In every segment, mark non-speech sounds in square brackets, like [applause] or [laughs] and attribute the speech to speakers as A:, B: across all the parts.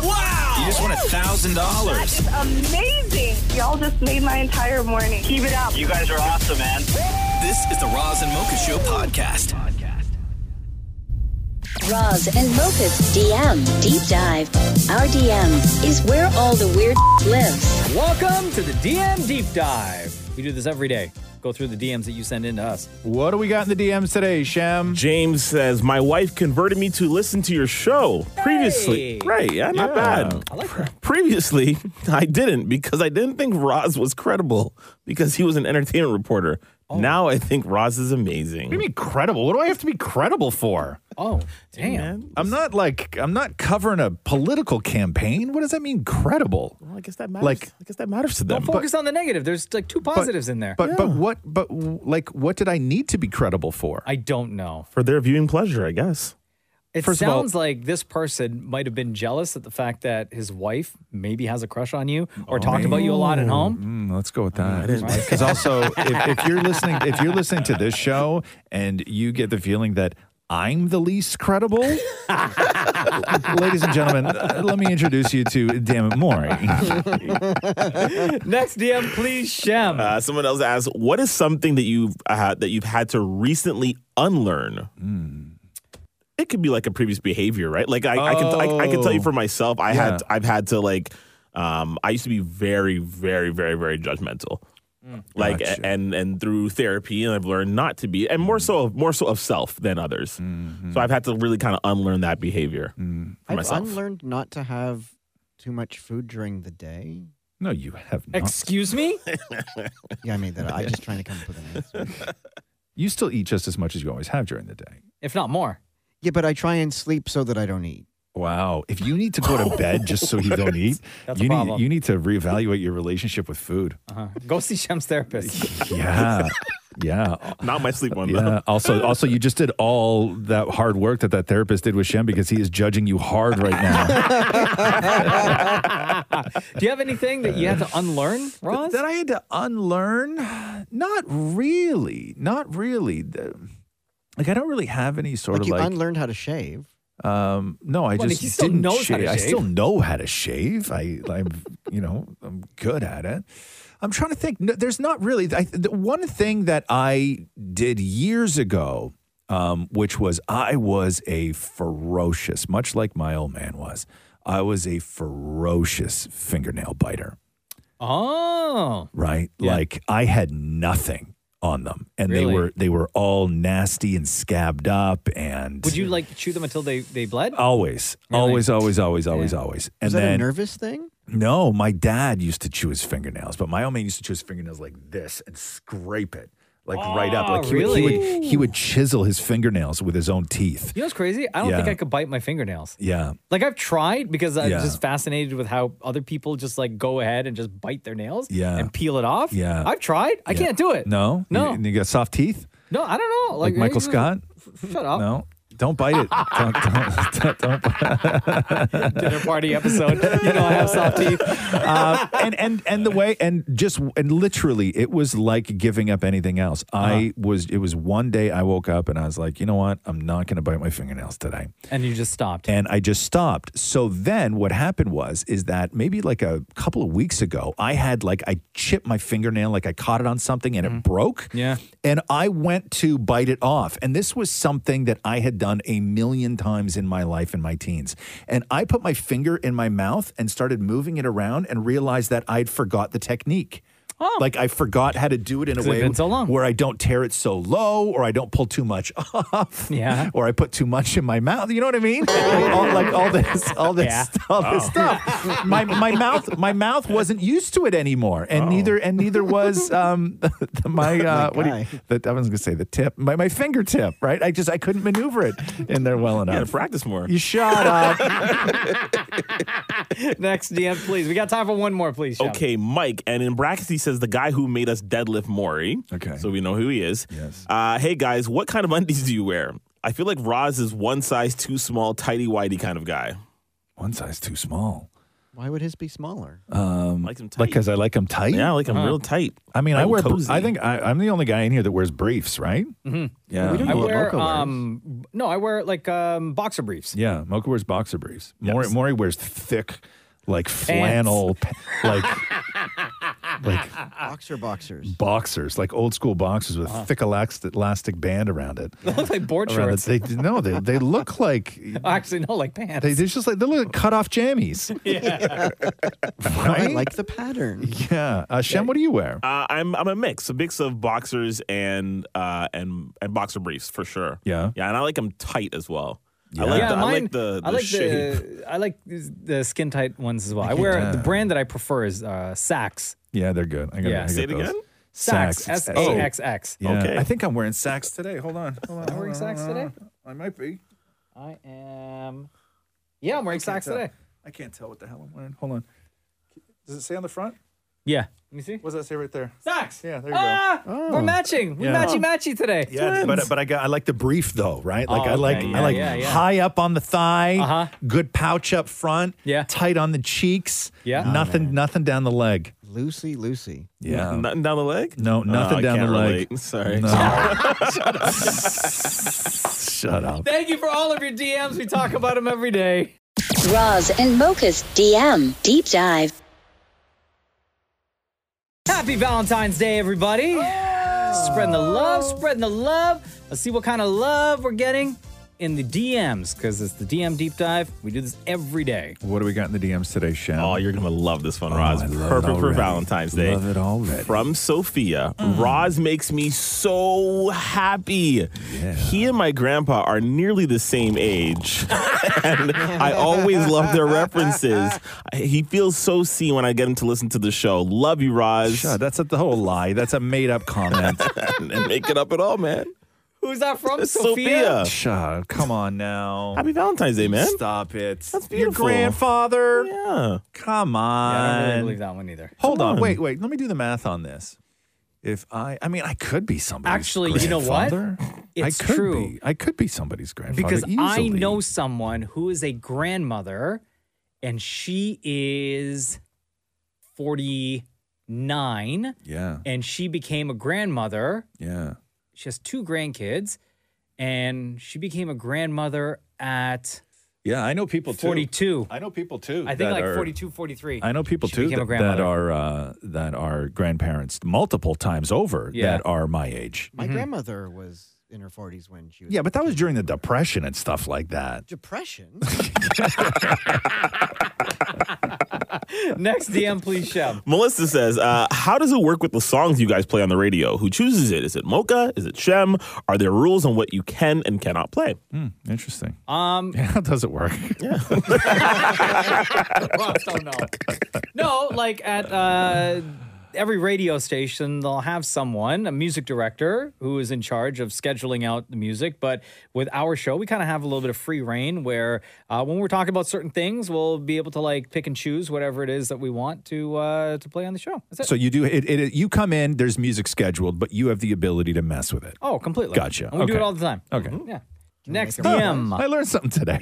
A: Wow!
B: You just won a thousand dollars.
C: Amazing. Y'all just made my entire morning. Keep it up.
D: You guys are awesome, man.
B: This is the Roz and Mocha Show podcast.
E: Roz and Mocha's DM Deep Dive. Our DM is where all the weird lives.
A: Welcome to the DM Deep Dive. We do this every day. Go through the DMs that you send in to us.
F: What do we got in the DMs today, Shem?
G: James says, My wife converted me to listen to your show
A: Hey.
G: previously. Right, yeah, not bad.
A: I like [laughs] that.
G: Previously, [laughs] I didn't because I didn't think Roz was credible because he was an entertainment reporter. Now I think Roz is amazing.
F: What do you mean credible? What do I have to be credible for?
A: Oh, damn.
G: Man,
F: I'm not like I'm not covering a political campaign. What does that mean credible?
G: well, I guess that matters.
F: Like-
G: I guess that matters to them.
A: Don't focus on the negative. There's like two positives in there.
F: But but what but like what did I need to be credible for?
A: I don't know.
G: for their viewing pleasure, I guess.
A: It
F: First of all-
A: sounds like this person might have been jealous at the fact that his wife maybe has a crush on you or talked about you a lot at home.
F: Mm, let's go with that. [laughs] Because also, if, if you're listening, if you're listening to this show and you get the feeling that I'm the
A: [laughs]
F: least credible, ladies and gentlemen, uh, let me introduce you to Damn It
A: [laughs]
F: Maury.
A: Next DM, please, Shem.
G: Uh, someone else asked, "What is something that you've uh, that you've had to recently unlearn?" It could be like a previous behavior, right? Like I, I can I, I can tell you
F: Oh.
G: for myself, I had I've had to like um, I used to be very very very very judgmental,
H: Mm.
G: like
F: Gotcha. Mm.
G: and and through therapy, and I've learned not to be, and more so of more so of self than others.
F: Mm-hmm.
G: So I've had to really kind of unlearn that behavior
F: Mm.
G: for
H: I've
G: myself.
H: unlearned not to have too much food during the day.
F: No, you have not.
A: Excuse me?
H: Yeah, I made that. up.
G: [laughs]
H: I'm just trying to come up with an answer.
F: you still eat just as much as you always have during the day.
A: if not more.
H: Yeah, but I try and sleep so that I don't eat.
F: Wow. If you need to go to bed just so you don't eat,
A: That's a
F: you need
A: problem.
F: you need to reevaluate your relationship with food.
A: Uh-huh. Go see Shem's [laughs] therapist.
F: Yeah. Yeah.
G: Not my sleep one.
F: Yeah.
G: though. [laughs]
F: Also, also, you just did all that hard work that that therapist did with Shem because he is judging you hard right now.
A: Do you have anything that you had to unlearn, Roz?
F: that I had to unlearn? [sighs] Not really. Not really. The- Like I don't really have any sort
H: Like
F: of
H: you
F: like.
H: unlearned how to shave.
F: um, no, I
A: Well,
F: just
A: he still
F: didn't
A: knows how to
F: shave. I
A: shave.
F: still know how to shave. I, I'm, [laughs] you know, I'm good at it. I'm trying to think. No, there's not really. I, the one thing that I did years ago, um, which was I was a ferocious, much like my old man was. I was a ferocious fingernail biter
A: oh.
F: right?
A: Yeah.
F: Like I had nothing on them, and
A: Really?
F: they were they were all nasty and scabbed up, and
A: Would you like chew them until they, they bled?
F: Uh, always,
A: Really?
F: always, always, always, always, always, and
H: Is that a
F: then
H: nervous thing?
F: no, my dad used to chew his fingernails, but my old man used to chew his fingernails like this and scrape it. Like right up,
A: Oh,
F: like he, would, he would he would chisel his fingernails with his own teeth.
A: you know what's crazy? I don't think
F: Yeah.
A: I could bite my fingernails.
F: Yeah,
A: Like I've tried because I'm
F: Yeah.
A: just fascinated with how other people just like go ahead and just bite their nails
F: Yeah.
A: and peel it off.
F: Yeah.
A: I've tried. I
F: Yeah.
A: can't do it.
F: no,
A: No.
F: you, you got soft teeth,
A: No, I don't know.
F: like,
A: Like,
F: Michael
A: eh,
F: Scott.
A: Shut up.
F: No, don't bite it. don't, don't, [laughs] don't, don't
A: [laughs] Dinner party episode. you know I have soft teeth. [laughs]
F: uh, and and and the way and just and literally it was like giving up anything else i was it was one day i woke up and i was like you know what i'm not going to bite my fingernails today
A: And you just stopped.
F: and i just stopped so then what happened was is that maybe like a couple of weeks ago i had like i chipped my fingernail like i caught it on something and it broke
A: Mm. Yeah.
F: and i went to bite it off and this was something that i had done a million times in my life in my teens and i put my finger in my mouth and started moving it around and realized that i'd forgot the technique Like I forgot how to do it in a
A: 'Cause Oh. it's
F: way
A: been so long.
F: where I don't tear it so low, or I don't pull too much [laughs] off,
A: Yeah.
F: or I put too much in my mouth. You know what I mean? like, all, like all this, all this,
A: Yeah.
F: all this stuff. My my mouth, my mouth wasn't used to it anymore, and neither and neither was um Oh. [laughs] my uh, what do
H: guy.
F: you, the, I was gonna say the tip, my my fingertip, right? I just I couldn't maneuver it in there well
G: You gotta
F: enough.
G: practice more.
F: you shut up.
A: Next DM, please. We got time for one more, please. Sean.
G: Okay, Mike. And in brackets, he says the guy who made us deadlift Maury.
F: Okay.
G: So we know who he is.
F: Yes.
G: Uh, hey, guys, what kind of [laughs] undies do you wear? I feel like Roz is one size too small, tidy whitey kind of guy.
F: One size too small.
H: Why would his be smaller?
G: like him tight.
F: Like, cause I like them tight.
G: yeah, I like him real tight.
F: I mean, I
G: Like
F: wear.
G: cozy.
F: I think I, I'm the only guy in here that wears briefs, right?
G: Yeah.
A: I
F: Well,
A: wear
F: Mocha wears.
A: um no, I wear like um boxer briefs. [laughs]
F: Yeah, Mocha wears boxer briefs. Maury, Maury wears thick, like flannel, pa-
A: [laughs]
F: like like
H: Boxer boxers.
F: boxers, like old school boxers with
A: Uh-huh.
F: thick elastic, elastic band
A: [laughs]
F: around it.
A: They look like board
F: Around it.
A: shorts.
F: They no, they they look like.
A: Actually, no, like pants.
F: They, they're just like they look like cut off jammies.
A: [laughs]
F: Yeah. [laughs]
H: I
F: right?
H: like the pattern.
F: yeah. Uh, Shem, what do you wear?
G: Uh, I'm I'm a mix, a mix of boxers and uh and and boxer briefs for sure.
F: Yeah.
G: yeah, and I like them tight as well.
F: Yeah.
G: I like
A: yeah,
G: the,
A: mine,
G: I like the, the
A: I like
G: shape.
A: the [laughs] I like the skin tight ones as well. I wear the brand that I prefer is uh Saks.
F: yeah, they're good. I gotta,
A: Yeah.
F: I
G: Say it
F: got those.
G: again?
A: Saks. S
F: It's-
A: A
F: oh,
A: X X.
F: yeah.
G: Okay.
F: I think I'm wearing sacks today. Hold on. Hold on.
A: I'm wearing Saks today.
F: I might be.
A: I am. Yeah, I'm wearing Saks
F: tell.
A: today.
F: I can't tell what the hell I'm wearing. Hold on. Does it say on the front?
A: Yeah. Let me see.
F: What does that say right there?
A: Saks.
F: Yeah, there you go. Oh.
A: Ah, We're matching. We're
F: Yeah.
A: matchy matchy today.
F: Yeah, but, but I got I like the brief though, right? Like
A: Oh,
F: I like
A: okay.
F: I
A: Yeah,
F: like
A: yeah, yeah.
F: high up on the thigh,
A: Uh-huh.
F: good pouch up front,
A: Yeah.
F: tight on the cheeks,
A: Yeah. Oh,
F: nothing nothing down the leg.
H: Lucy, Lucy.
F: Yeah,
G: nothing down the leg. Oh,
F: no, nothing
G: Uh, I
F: down
G: can't
F: the leg.
G: relate. Sorry. [laughs]
F: No. Shut up. Shut up.
A: Thank you for all of your DMs. We talk about them every day.
E: Roz and Mocha's DM Deep Dive.
A: Happy Valentine's Day, everybody. Spreading the love, spreading the love. Let's see what kind of love we're getting in the DMs because it's the DM deep dive. We do this every day.
F: What do we got in the DMs today, Shem?
G: Oh, you're gonna love this one, Roz.
F: I love it
G: Perfect for
F: already.
G: Valentine's Day.
F: Love it already.
G: From Sophia, Roz makes me so happy. He and my grandpa are nearly the same age, [laughs] and I always love their references. He feels so seen when I get him to listen to the show. Love you, Roz. [laughs]
F: Shut, that's a, the whole lie. That's a made up comment.
G: and make it up at all, man.
A: Who's that from?
G: Sophia.
F: [laughs] Shut, come on now.
G: Happy Valentine's Day, man.
F: Stop it. Your
G: beautiful.
F: grandfather.
G: Yeah.
F: Come on.
A: Yeah, I don't really believe that one either.
F: Hold on.
G: on.
F: Wait, wait. Let me do the math on this. If I, I mean, I could be somebody's
A: Actually, you know what?
F: grandfather.
A: It's
F: I could
A: true.
F: Be. I could be somebody's grandfather.
A: Because I
F: easily.
A: know someone who is a grandmother and she is 49
F: Yeah.
A: and she became a grandmother.
F: Yeah.
A: She has two grandkids and she became a grandmother at
F: Yeah. I know people too.
A: 42.
F: I know people too.
A: I think
F: that
A: like
F: are-
A: 42, 43.
F: I know people
A: She
F: too
A: became a
F: that, that
A: grandmother.
F: are uh, that are grandparents multiple times over
A: Yeah.
F: that are my age.
H: My grandmother was in her 40s when she was.
F: Yeah, but that was during the depression and stuff like that.
H: Depression?
A: [laughs] Next DM, please, Shep.
G: Melissa says, uh, "How does it work with the songs you guys play on the radio? Who chooses it? Is it Mocha? Is it Shem? Are there rules on what you can and cannot play?"
F: Hmm, interesting.
A: Um,
F: [laughs] Yeah, how does it work?
A: well, [laughs] I don't know. No, like at uh, every radio station, they'll have someone, a music director, who is in charge of scheduling out the music. But with our show, we kind of have a little bit of free reign where uh, when we're talking about certain things, we'll be able to like pick and choose whatever it is that we want to uh, to play on the show. That's it.
F: So you do it, it. You come in. There's music scheduled, but you have the ability to mess with it.
A: oh, completely.
F: Gotcha.
A: And we do
F: Okay.
A: it all the time.
F: Okay.
A: Yeah. Next
H: make a
A: [laughs] DM.
F: I learned something today.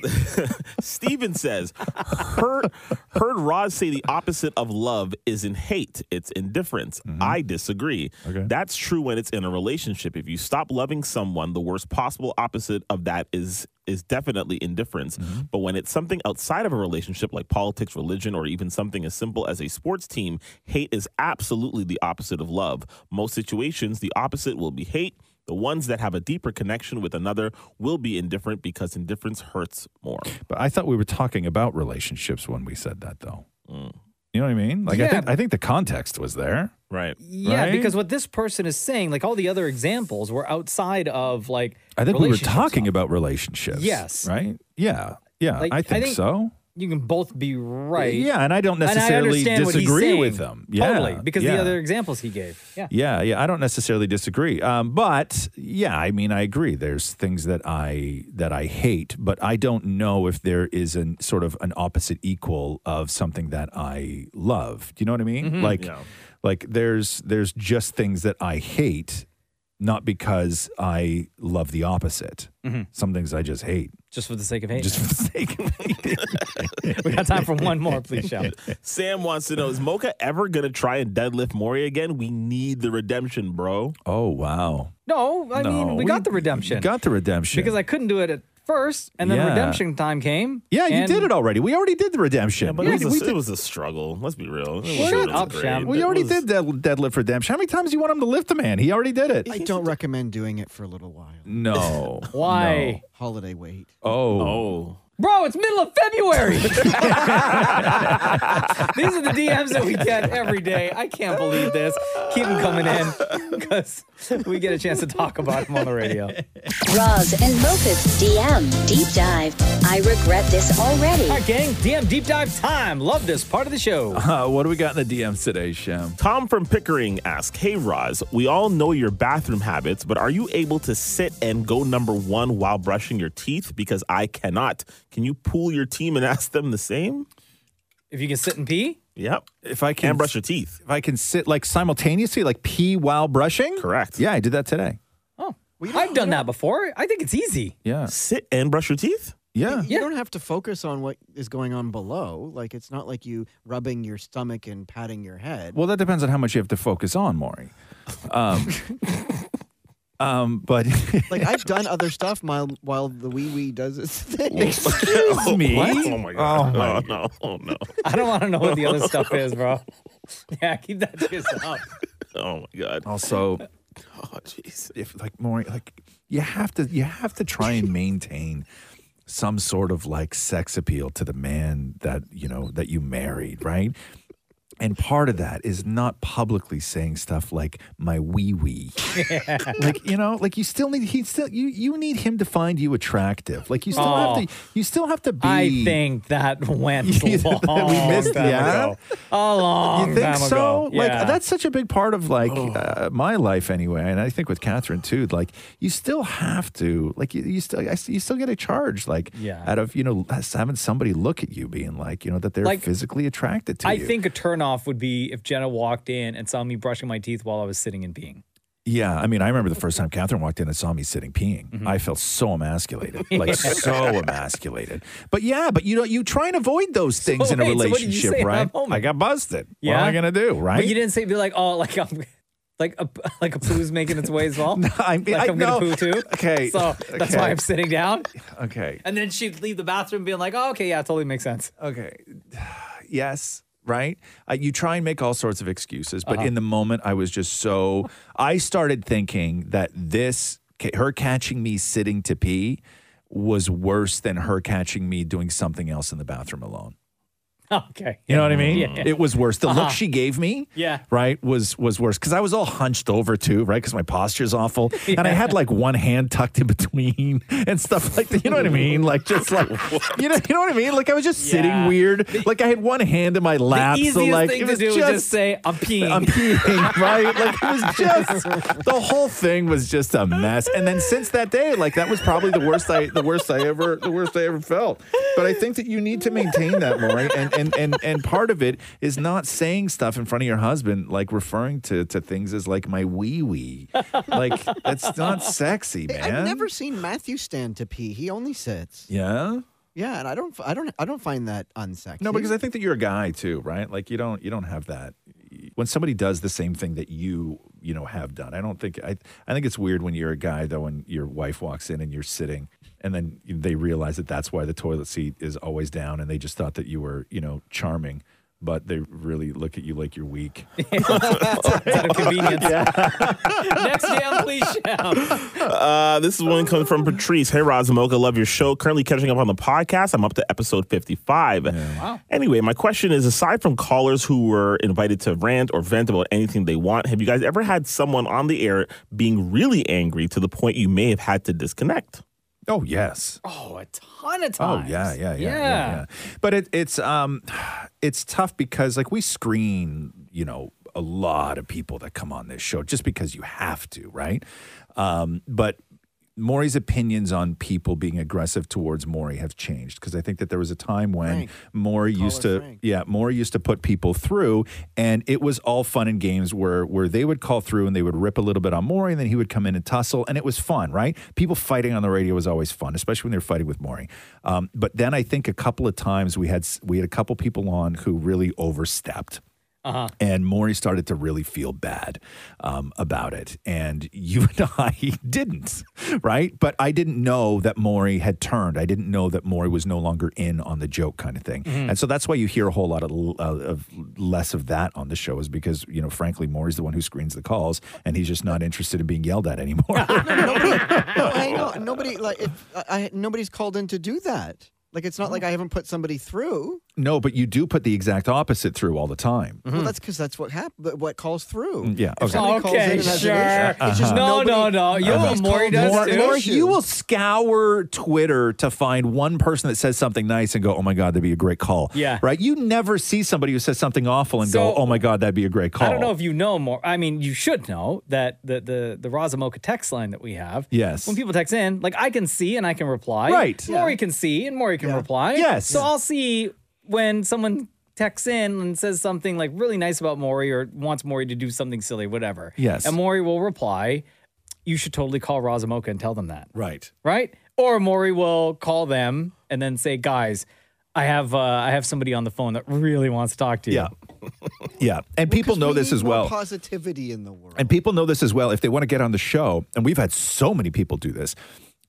G: Steven says, heard, heard Roz say the opposite of love isn't hate, it's indifference. I disagree.
F: Okay.
G: That's true when it's in a relationship. If you stop loving someone, the worst possible opposite of that is is definitely indifference. But when it's something outside of a relationship like politics, religion, or even something as simple as a sports team, hate is absolutely the opposite of love. Most situations, the opposite will be hate. The ones that have a deeper connection with another will be indifferent because indifference hurts more.
F: But I thought we were talking about relationships when we said that, though. You know what I mean? Like
A: Mm.
F: I
A: Yeah.
F: think I think the context was there.
G: Right.
A: Yeah,
F: Right?
A: because what this person is saying, like all the other examples, were outside of like.
F: I think we were
A: relationships.
F: talking about relationships.
A: Yes.
F: Right? Yeah. Yeah.
A: Like,
F: I, think so.
A: You can both be right.
F: Yeah, and I don't necessarily
A: understand what he's
F: disagree with
A: saying.
F: them. Yeah,
A: totally, because
F: yeah.
A: the other examples he gave. Yeah.
F: Yeah, yeah, I don't necessarily disagree, um, but yeah, I mean, I agree. There's things that I that I hate, but I don't know if there is an sort of an opposite equal of something that I love. Do you know what I mean?
G: Mhm.
F: Like,
G: Yeah.
F: like there's there's just things that I hate, not because I love the opposite. Some things I just hate, [laughs]
A: Just for the sake of hate.
F: just for the sake of
A: [laughs] we got time for one more, please, shout.
G: [laughs] Sam wants to know: Is Mocha ever gonna try and deadlift Maury again? We need the redemption, bro.
F: [laughs] Oh wow!
A: No, I mean,
F: No,
A: we, got the redemption.
F: we Got the redemption
A: because I couldn't do it at first, and then
F: Yeah.
A: redemption time came.
F: yeah, you
A: and-
F: did it already. We already did the redemption.
G: But
F: Uh, We-
G: it, was
F: we
G: a,
F: did-
G: it was a struggle. Let's be real. It wasn't
A: Shut
G: really
A: up,
G: great.
A: Sham.
F: Well,
G: It
F: you already
G: was-
F: did dead, deadlift redemption. How many times do you want him to lift a man? He already did it.
H: I don't recommend doing it for a little while.
F: No.
A: Why?
H: Holiday weight.
F: Oh.
G: Oh,
A: Bro, it's middle of
F: [laughs]
A: February. [laughs] These are the DMs that we get every day. I can't believe this. Keep them coming in because we get a chance to talk about them on the
F: [laughs]
A: radio.
E: Roz and Mocha's DM deep dive. I regret this already.
A: All right, gang, DM deep dive time. Love this part of the show.
F: Uh, [laughs] what do we got in the DMs today, Shem?
G: Tom from Pickering asks, "Hey Roz, we all know your bathroom habits, but are you able to sit and go number one while brushing your teeth? Because I cannot. Can you pool your team and [laughs] ask them the same?
A: If you can sit and pee,
G: Yep.
F: If I
G: Can brush your teeth.
F: if I can sit like simultaneously, like pee while brushing.
G: Correct.
F: Yeah, I did that today.
A: I've done that before. I think it's easy.
F: Yeah.
G: Sit and brush your teeth.
F: Yeah.
H: You don't have to focus on what is going on below. Like it's not like you rubbing your stomach and patting your head.
F: Well, that depends on how much you have to focus on, Maury. Um, um, but [laughs]
H: like I've done other stuff while while the wee wee does its [laughs] thing.
F: excuse me.
G: [laughs] Oh my god.
F: Oh, my-
G: [laughs] Oh, no. Oh no.
A: I don't want to know what the other stuff is,
F: [laughs]
A: bro. Yeah, keep that to yourself.
G: Oh my god.
F: Also,
G: Oh jeez.
F: if like more like you have to you have to try and maintain some sort of like sex appeal to the man that you know that you married right and part of that is not publicly saying stuff like my wee wee like you know like you still need he still you you need him to find you attractive like you still
A: Oh.
F: have to you still have to be
A: I think that
F: [laughs]
A: went
F: Yeah,
A: long
F: that we missed,
A: time
F: yeah?
A: ago. A long
F: you think
A: time
F: so?
A: ago.
F: Like
A: Yeah. Oh.
F: that's such a big part of like uh, my life anyway, and I think with Catherine too. Like you still have to like you, you still I, s- you still get a charge like
A: Yeah.
F: out of you know us having somebody look at you being like you know that they're
A: Like,
F: physically attracted to
A: I
F: you.
A: think a turnoff would be if Jenna walked in and saw me brushing my teeth while I was sitting and peeing.
F: yeah. I mean, I remember the first time Catherine walked in and saw me sitting peeing.
A: Mm-hmm.
F: I felt so
A: [laughs]
F: emasculated, like so emasculated. But yeah, but you know, you try and avoid those things in a
A: wait, so what did you
F: relationship,
A: say at that
F: right?
A: moment?
F: I got busted. What
A: Yeah?
F: am I gonna do? Right?
A: But you didn't say be like, oh, like I'm, [laughs] like a like a poo's making its way as well.
F: I mean,
A: like
F: I-
A: am gonna
F: [laughs]
A: poo
F: no.
A: too.
F: [laughs] Okay,
A: so that's
F: okay.
A: why I'm sitting down.
F: okay.
A: And then she'd leave the bathroom being like, oh, okay, yeah, totally makes sense. [laughs]
F: okay [sighs] yes right uh, you try and make all sorts of excuses but in the moment i was just so i started thinking that this ca- her catching me sitting to pee was worse than her catching me doing something else in the bathroom alone
A: Okay,
F: you know what I mean?
A: Yeah. Uh-huh.
F: It was worse. The look she gave me,
A: Yeah.
F: right, was was worse because I was all hunched over too, right? Because my
A: [laughs]
F: posture's awful, and I had like one hand tucked in between [laughs] and stuff like that. You know what I mean? Like
A: [laughs]
F: just like you know, you know what I mean? Like I was just sitting
A: Yeah.
F: weird. like I had one hand in my
A: the
F: lap,
A: easiest
F: so like
A: thing
F: it
A: to
F: was
A: do
F: just.
A: is just say I'm peeing.
F: [laughs]
A: [laughs]
F: I'm peeing, right? Like it was just the whole thing was just a mess. And then since that day, like that was probably the worst I the worst I ever the worst I ever felt. But I think that you need to maintain that, Maury. And and and and part of it is not saying stuff in front of your husband, like referring to to things as like my wee wee. Like that's not sexy, Oh, man.
H: I've never seen Matthew stand to pee. He only sits.
F: Yeah.
H: Yeah, and I don't, I don't, I don't find that unsexy.
F: No, because I think that you're a guy too, right? Like you don't you don't have that. When somebody does the same thing that you you know have done, I don't think I I think it's weird when you're a guy though, and your wife walks in and you're sitting, and then they realize that that's why the toilet seat is always down, and they just thought that you were you know charming. but they really look at you like you're weak.
A: out
F: [laughs]
A: of convenience. [laughs] Next damn please shout.
G: Uh, this is one coming from Patrice. Hey, Razamoka, love your show. Currently catching up on the podcast. I'm up to episode 55.
A: Wow.
G: Anyway, my question is aside from callers who were invited to rant or vent about anything they want, have you guys ever had someone on the air being really angry to the point you may have had to disconnect?
F: Oh yes.
A: Oh, a ton of
F: Oh
A: times.
F: yeah, yeah, yeah, yeah. yeah. But it, it's um, it's tough because like we screen, you know, a lot of people that come on this show just because you have to, right? Um, but Maury's opinions on people being aggressive towards Maury have changed because I think that there was a time when
H: Frank.
F: Maury used
H: her
F: to,
H: Frank.
F: yeah, Maury used to put people through, and it was all fun and games where where they would call through and they would rip a little bit on Maury, and then he would come in and tussle, and it was fun, right? People fighting on the radio was always fun, especially when they were fighting with Maury. Um, but then I think a couple of times we had s- we had a couple people on who really overstepped and Maury started to really feel bad um, about it. And you [laughs] and I didn't, right? But I didn't know that Maury had turned. I didn't know that Maury was no longer in on the joke kind of thing. And so that's why you hear a whole lot of, l- uh, of less of that on the show is because, you know, frankly, Maury's the one who screens the calls and he's just not interested in being yelled at anymore. [laughs]
H: no, I know. Nobody like if I, I nobody's called in to do that. Like it's not like I haven't put somebody through.
F: no, but you do put the exact opposite through all the time.
H: Well, that's because that's what happened. What calls through?
F: Yeah,
H: If
F: okay.
H: somebody calls in
A: Okay,
H: and has an
A: sure.
H: issue, it's just
A: No,
H: nobody-
A: no, no. You know what
H: nobody's
A: Maury
H: called
A: does
H: in
F: More,
H: with an
A: too?
F: more,
H: issue.
F: you will scour Twitter to find one person that says something nice and go, "Oh my god, that'd be a great call."
A: Yeah.
F: right. You never see somebody who says something awful and go,
A: So-
F: "Oh my god, that'd be a great call."
A: I don't know if you know more. I mean, you should know that the the the Razamoka text line that we have.
F: Yes.
A: When people text in, like I can see and I can reply.
F: Right.
A: Maury can see and Maury can reply.
F: Yes.
A: So I'll see when someone texts in and says something like really nice about Maury or wants Maury to do something silly, whatever.
F: Yes.
A: And Maury will reply, "You should totally call Razamoka and tell them that." [laughs]
F: right.
A: right? Or Maury will call them and then say, "Guys, I have uh, I have somebody on the phone that really wants to talk to you." [laughs]
F: Yeah, yeah, and people
H: 'Cause
F: know
H: we
F: this
H: need
F: as
H: more
F: well.
H: Positivity in the world.
F: And people know this as well. If they want to get on the show, and we've had so many people do this,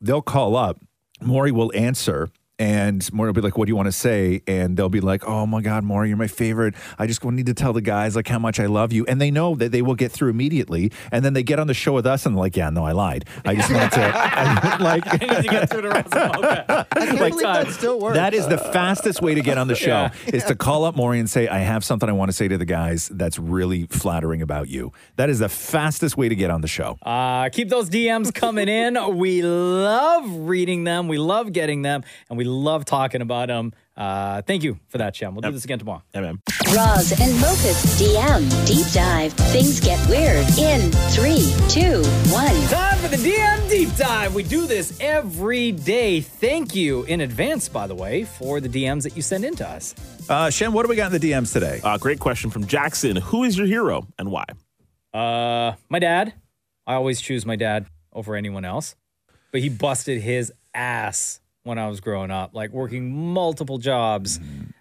F: they'll call up. Maury will answer. And Maury will be like, What do you want to say? And they'll be like, Oh my God, Maury, you're my favorite. I just need to tell the guys like how much I love you. And they know that they will get through immediately. And then they get on the show with us and they're like, Yeah, no, I lied. I just want to I- [laughs] like
A: I need to get through to Razamoka.
H: I can't
A: like
H: believe
A: time.
H: that still works.
F: that is the fastest way to get on the show is to call up Maury and say, I have something I want to say to the guys that's really flattering about you. That is the fastest way to get on the show.
A: Uh, keep those DMs coming in. We love reading them. We love getting them, and we love talking about them. Uh, thank you for that, Shem. We'll do this again tomorrow.
G: Yeah, man.
E: Roz and Mocha's DM deep dive. Things get weird in three, two, one.
A: Time for the DM deep dive. We do this every day. Thank you in advance, by the way, for the DMs that you send in to us.
F: Uh, Shem, what do we got in the DMs today?
G: Uh, great question from Jackson. Who is your hero and why?
A: Uh, my dad. I always choose my dad over anyone else, but he busted his ass when I was growing up, like working multiple jobs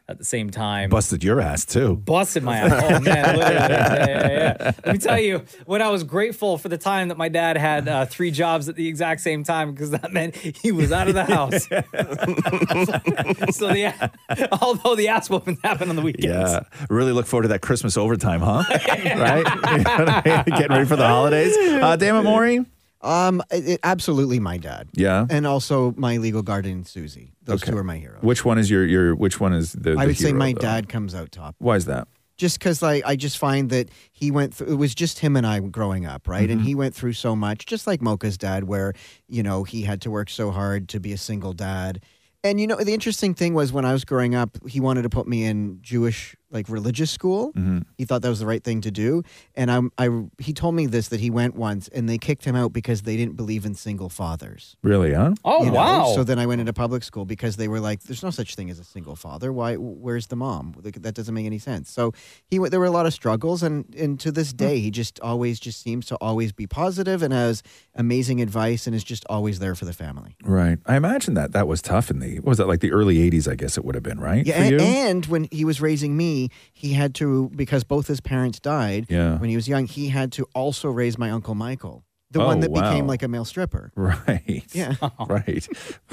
A: at the same time.
F: Busted your ass too.
A: busted
F: [laughs]
A: my ass. Oh man, look at that. Yeah, yeah, yeah. Let me tell you, when I was grateful for the time that my dad had uh, three jobs at the exact same time, because that meant he was out of the
F: [laughs]
A: house. [laughs] so the although the ass whoopings happened on the weekends.
F: Yeah, really look forward to that Christmas overtime, [laughs] huh? right, [laughs] You know what I mean? getting ready for the holidays. Uh, damn it, Maury.
H: Um, it, it- absolutely my dad.
F: Yeah.
H: And also my legal guardian Susie. Those two are my heroes.
F: Which one is your your? Which one is
H: I
F: the? the
H: would say
F: hero,
H: my
F: though?
H: dad comes out top.
F: Why is that?
H: just because like i just find that he went through it was just him and i growing up right and he went through so much just like mocha's dad where you know he had to work so hard to be a single dad and you know the interesting thing was when i was growing up he wanted to put me in jewish like religious school he thought that was the right thing to do and I, I he told me this that he went once and they kicked him out because they didn't believe in single fathers
F: Really, huh?
A: Oh
H: you know?
A: wow.
H: So then I went into public school because they were like, "There's no such thing as a single father. Why? Where's the mom? Like, That doesn't make any sense." So he went. There were a lot of struggles, and and to this day, he just always just seems to always be positive and has amazing advice, and is just always there for the family.
F: Right. I imagine that that was tough in the what was that like the early '80s? I guess it would have been right
H: Yeah,
F: for you.
H: and, and when he was raising me, he had to because both his parents died
F: Yeah.
H: when he was young. He had to also raise my uncle Michael. the
F: Oh,
H: one that became
F: wow.
H: like a male
F: [laughs]
H: stripper.
F: Right.
H: Yeah.
F: Right.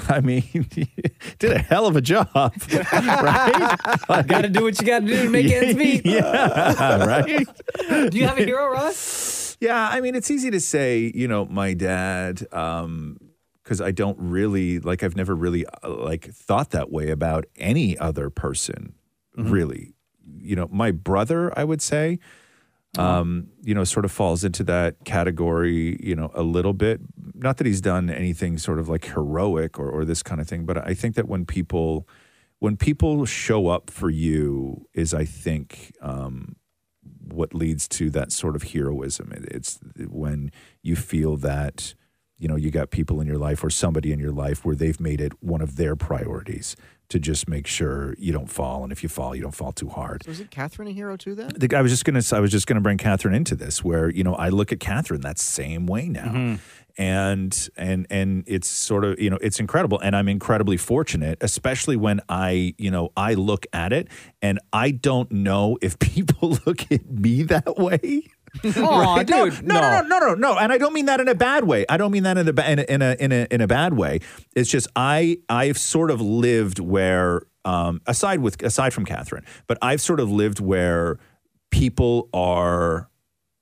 F: I mean, [laughs] did a hell of a job.
H: [laughs]
F: right?
A: got to do what you got to do to make ends meet.
F: [laughs] Yeah. Right.
A: [laughs] Do you have a hero, Ross?
F: Yeah, I mean, it's easy to say, you know, my dad, um, because I don't really like. I've never really uh, like thought that way about any other person, really. You know, my brother, I would say, um, you know, sort of falls into that category, you know, a little bit. Not that he's done anything sort of like heroic or, or this kind of thing, but I think that when people when people show up for you is, I think, um, what leads to that sort of heroism. It, it's when you feel that you know you got people in your life or somebody in your life where they've made it one of their priorities to just make sure you don't fall, and if you fall, you don't fall too hard.
H: So is it Catherine a hero too then?
F: The- I was just gonna I was just gonna bring Catherine into this where you know I look at Catherine that same way now. And and and it's sort of you know it's incredible and I'm incredibly fortunate especially when I you know I look at it and I don't know if [laughs] people look at me that way.
A: Oh,
F: [laughs] Right?
A: dude,
F: no, no, no, no, no, no. And I don't mean that in a bad way. I don't mean that in a ba- in a in a in a, in a bad way. It's just I I've sort of lived where um, aside with aside from Catherine, but I've sort of lived where people are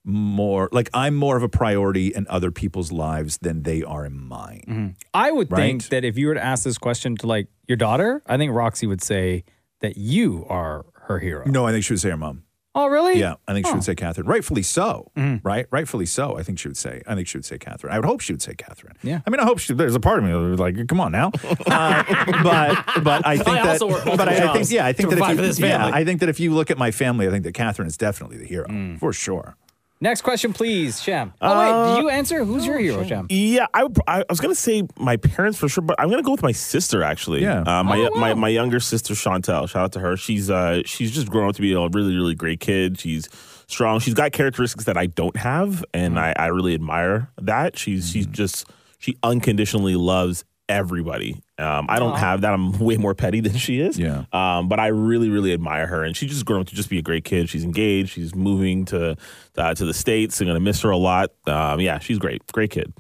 F: more like I'm more of a priority in other people's lives than they are in mine.
A: I would think
F: Right.
A: that if you were to ask this question to like your daughter, I think Roxy would say that you are her hero.
F: No, I think she would say her mom.
A: Oh, really? Mm-hmm.
F: Yeah, I think she would say Catherine. Rightfully so, right? Rightfully so. I think she would say. I think she would say Catherine. I would hope she would say Catherine.
A: Yeah.
F: I mean, I hope she. There's a part of me that would be like, come
A: [laughs]
F: on now. Uh, but but I think
A: I
F: that.
A: also work multiple
F: but I, I think
A: jobs
F: yeah, I think
A: to
F: that
A: provide
F: if
A: for
F: you,
A: this
F: yeah,
A: family.
F: I think that if you look at my family, I think that Catherine is definitely the hero
A: Mm.
F: for sure.
A: Next question, please, Shem. Oh, wait, did you answer? Who's your hero, oh, Shem?
G: Yeah, I, would pr- I I was gonna say my parents for sure, but I'm gonna go with my sister actually.
F: Yeah.
G: uh, my,
A: Oh, wow.
G: my my younger sister Chantel. Shout out to her. She's uh she's just grown up to be a really really great kid. She's strong. She's got characteristics that I don't have,
F: Mm.
G: and I, I really admire that. She's she's
F: Mm-hmm.
G: just she unconditionally loves everybody. Um, I don't have that. I'm [laughs] way more petty than she is.
F: Yeah.
G: Um, but I really, really admire her, and she's just grown up to just be a great kid. She's engaged. She's moving to uh, to the states. I'm gonna miss her a lot. Um, yeah, she's great, great kid.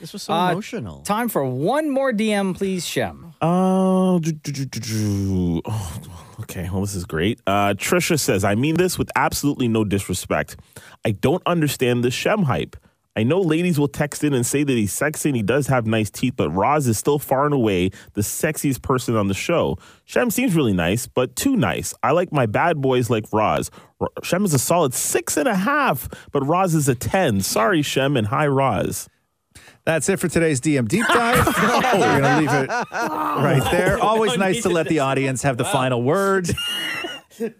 H: This was so
A: Uh,
H: emotional.
A: Time for one more DM, please, Shem.
G: Uh, do, do, do, do, do. Oh, okay. Well, this is great. Uh, Trisha says, I mean this with absolutely no disrespect. I don't understand the Shem hype. I know ladies will text in and say that he's sexy and he does have nice teeth, but Roz is still far and away the sexiest person on the show. Shem seems really nice, but too nice. I like my bad boys like Roz. R- Shem is a solid six and a half, but Roz is a 10. Sorry, Shem, and hi, Roz.
F: That's it for today's DM deep
A: [laughs]
F: dive. We're gonna leave it right there. Always nice to let the audience have the final
A: [laughs]
F: word.
A: [laughs]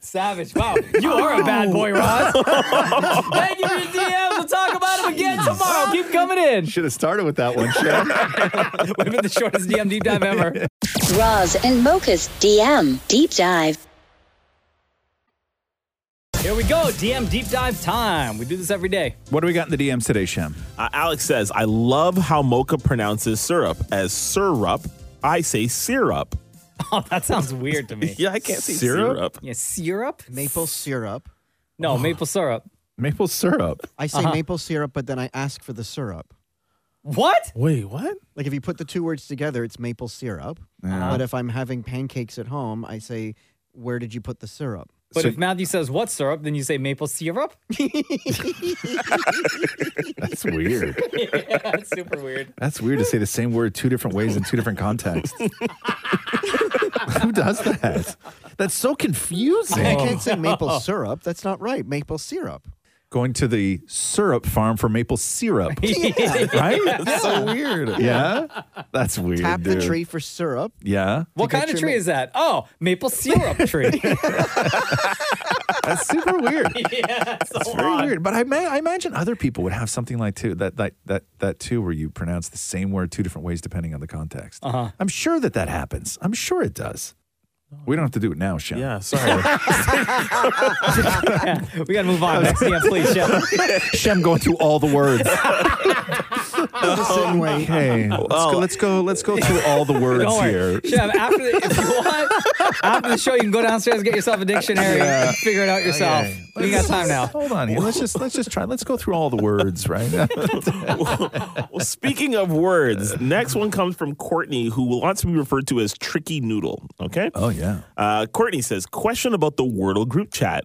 A: Savage. Wow. [laughs] You are a bad boy, [laughs] Ross. Thank you for your DMs. We'll talk about them again tomorrow. Keep coming [laughs] in.
F: Should have started with that one, Chef.
A: Would have been the shortest DM deep dive ever.
E: Roz and Mocha's DM Deep Dive.
A: [laughs] Here we go. DM deep dive time. We do this every day. [laughs]
F: What do we got in the DMs today, Shem?
G: Uh, Alex says, I love how Mocha pronounces syrup as syrup. I say syrup.
A: Oh, that sounds weird to [laughs] me.
G: Yeah, I can't say
F: Syrup?
G: syrup.
A: Yeah, syrup?
H: maple syrup.
A: No, maple syrup.
F: Maple syrup.
H: I say maple syrup, but then I ask for the syrup.
A: What?
G: Wait, what?
H: Like if you put the two words together, it's maple syrup.
F: Uh-huh.
H: But if I'm having pancakes at home, I say, "Where did you put the syrup?"
A: But if Matthew says what syrup, then you say maple syrup?
F: That's weird.
A: yeah, that's super weird.
F: That's weird to say the same word two different ways in two different contexts. [laughs] Who does that? That's so
H: I
F: confusing.
H: can't say
F: [laughs]
H: maple syrup. That's not right. Maple syrup.
F: Going to the syrup farm for maple syrup. Right? That's so weird. Yeah? That's weird.
H: Tap the
F: dude.
H: tree for syrup.
F: Yeah.
A: What kind of tree is that? Oh, [laughs] maple syrup tree.
F: That's super weird.
A: [laughs] yeah,
F: It's very weird. But I, ma- I imagine other people would have something like too that that that that too, where you pronounce the same word two different ways depending on the context. Uh-huh. I'm sure that that happens. I'm sure it does. We don't have to do it now, Sean.
G: Yeah, [laughs] sorry.
F: [laughs]
A: We got to move on. Next DM, please, Shem.
H: [laughs]
F: Shem going through all the words.
H: We'll just sit and wait.
F: Okay, Um,
A: [laughs]
F: let's go. Let's go. Let's go through all the words
A: Don't worry.
F: here.
A: Shiv, after the, if you want, after the show, you can go downstairs, get yourself a dictionary, and figure it out yourself.
F: Okay.
A: We got time now.
F: Hold on here. Let's just let's just try. Let's go through all the
A: [laughs]
F: words, right? [laughs]
G: Well, speaking of words, next one comes from Courtney, who wants to be referred to as Tricky Noodle. Okay.
F: oh yeah.
G: Uh, Courtney says, question about the Wordle group chat.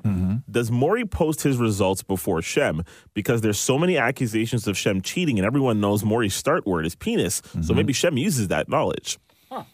G: Does Maury post his results before Shem? Because there's so many accusations of Shem cheating, and everyone knows Maury's start word is penis. So maybe Shem uses that knowledge.
F: Ah.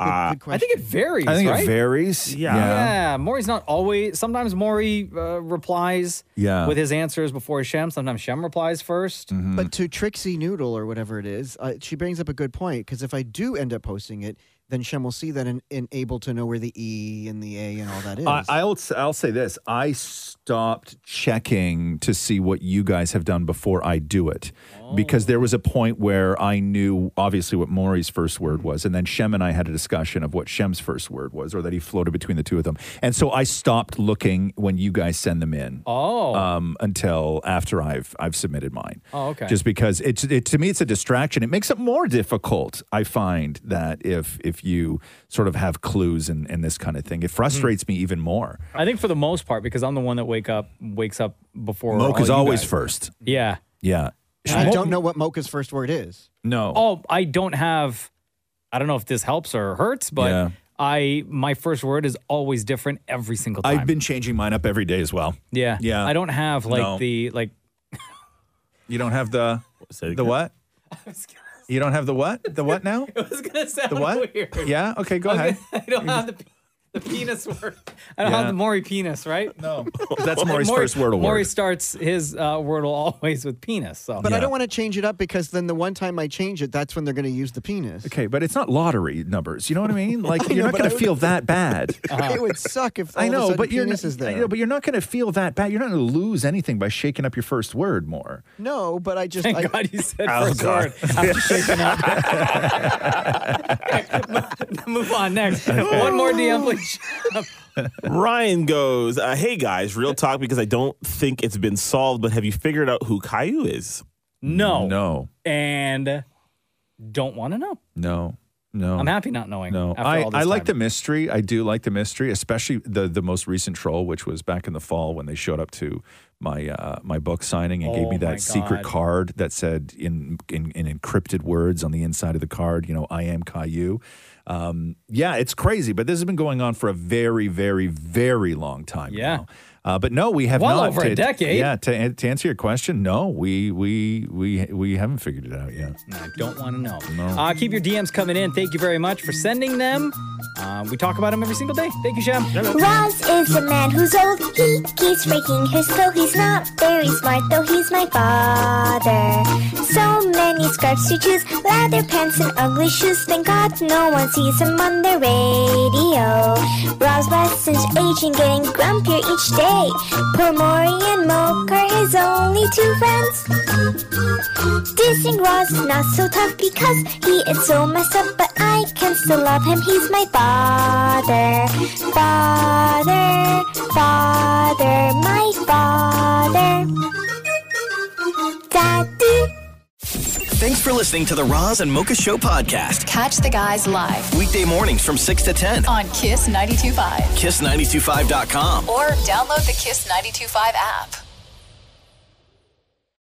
H: Good
A: I
H: question.
A: think it varies,
F: I think
A: right?
F: it varies.
G: Yeah.
A: Yeah, Maury's not always. Sometimes Maury uh, replies
F: Yeah. Mm-hmm.
A: with his answers before Shem. Sometimes Shem replies 1st
H: But to Trixie Noodle or whatever it is, uh, she brings up a good point because if I do end up posting it, then Shem will see that and, and able to know where the E and the A and all that is.
F: I, I'll s- I'll say this. I stopped checking to see what you guys have done before I do it, because
A: Oh.
F: there was a point where I knew obviously what Maury's first word was, and then Shem and I had a discussion of what Shem's first word was, or that he floated between the two of them, and so I stopped looking when you guys send them in.
A: Oh,
F: um, until after I've I've submitted mine.
A: Oh, okay.
F: Just because it's it, to me it's a distraction. It makes it more difficult. I find that if if you sort of have clues and and this kind of
A: Hmm.
F: thing, it frustrates me even more.
A: I think for the most part, because I'm the one that wake up wakes up before.
F: Mocha's
A: all you
F: always
A: guys.
F: first.
A: Yeah.
F: Yeah.
H: And I don't know what Mocha's first word is.
F: No.
A: Oh, I don't have. I don't know if this helps or hurts, but
F: Yeah.
A: I my first word is always different every single time.
F: I've been changing mine up every day as well.
A: yeah.
F: Yeah.
A: I don't have like
F: No.
A: the [laughs] like.
F: You don't have the
G: Say it
F: the
A: [laughs]
G: again.
F: what? You don't have the what? The what now?
A: I was gonna sound
F: The what?
A: weird.
F: Yeah. Okay. Go ahead.
A: I don't have
F: [laughs]
A: the, the penis word. I don't
F: Yeah.
A: have the Maury penis, right? [laughs]
F: No. That's Maury's
A: Maury-
F: first word award.
A: Maury starts his uh, wordle always with penis. So
H: But I don't want to change it up because then the one time I change it, that's when they're going to use the penis.
F: [laughs] Okay, but it's not lottery numbers. You know what I
A: [laughs]
F: mean? Like you're
H: know,
F: not
H: but
F: going
H: I
F: to
H: would-
F: feel that bad.
H: It would suck if all
F: I
H: of a
F: know,
H: sudden
F: but you're
H: penis
F: not,
H: is there.
F: I know, but you're not going to feel that bad. You're not going to lose anything by shaking up your first word more.
H: no, but I just
A: Thank
H: I,
A: God you said
G: Oh,
A: first
G: God.
A: word.
F: [laughs]
A: After shaking up. [laughs] Okay, mo- move on next. One more DM, please.
G: Ryan goes, uh, hey guys, real talk because I don't think it's been solved, but have you figured out who Caillou is?
A: No.
F: No,
A: And don't want to know.
F: no, no.
A: I'm happy not knowing.
F: No,
A: after
F: I,
A: all this
F: I like the
A: time.
F: mystery. I do like the mystery, especially the the most recent troll, which was back in the fall when they showed up to my uh, my book signing and gave
A: Oh
F: me
A: my
F: that secret
A: God.
F: card that said in, in in encrypted words on the inside of the card, you know, I am Caillou. Um, yeah, it's crazy, but this has been going on for a very, very, very long time.
A: Yeah.
F: now. Uh, but no, we have
A: Well
F: not.
A: over a
F: To-
A: decade.
F: Yeah. To, to answer your question, no, we we we we haven't figured it out yet.
A: I don't want to know. Uh, keep your DMs coming in. Thank you very much for sending them. Uh, we talk about them every single day. Thank you, Shem.
I: Roz is a man who's old. He keeps breaking his toe. He's not very smart, though he's my father. So many scarves to choose, leather pants and ugly shoes. Thank God no one sees him on the radio. Roz Weston's aging, getting grumpier each day. Poor Maury and Moke are his only two friends. Dissing Roz is not so tough because he is so messed up, but I can still love him. He's my father, father, father, my father. Daddy.
B: Thanks for listening to the Roz and Mocha Show podcast.
J: Catch the guys live
B: Weekday mornings from 6 to 10.
J: on Kiss 92.5
B: Kiss925.com.
J: or download the Kiss 92.5 app.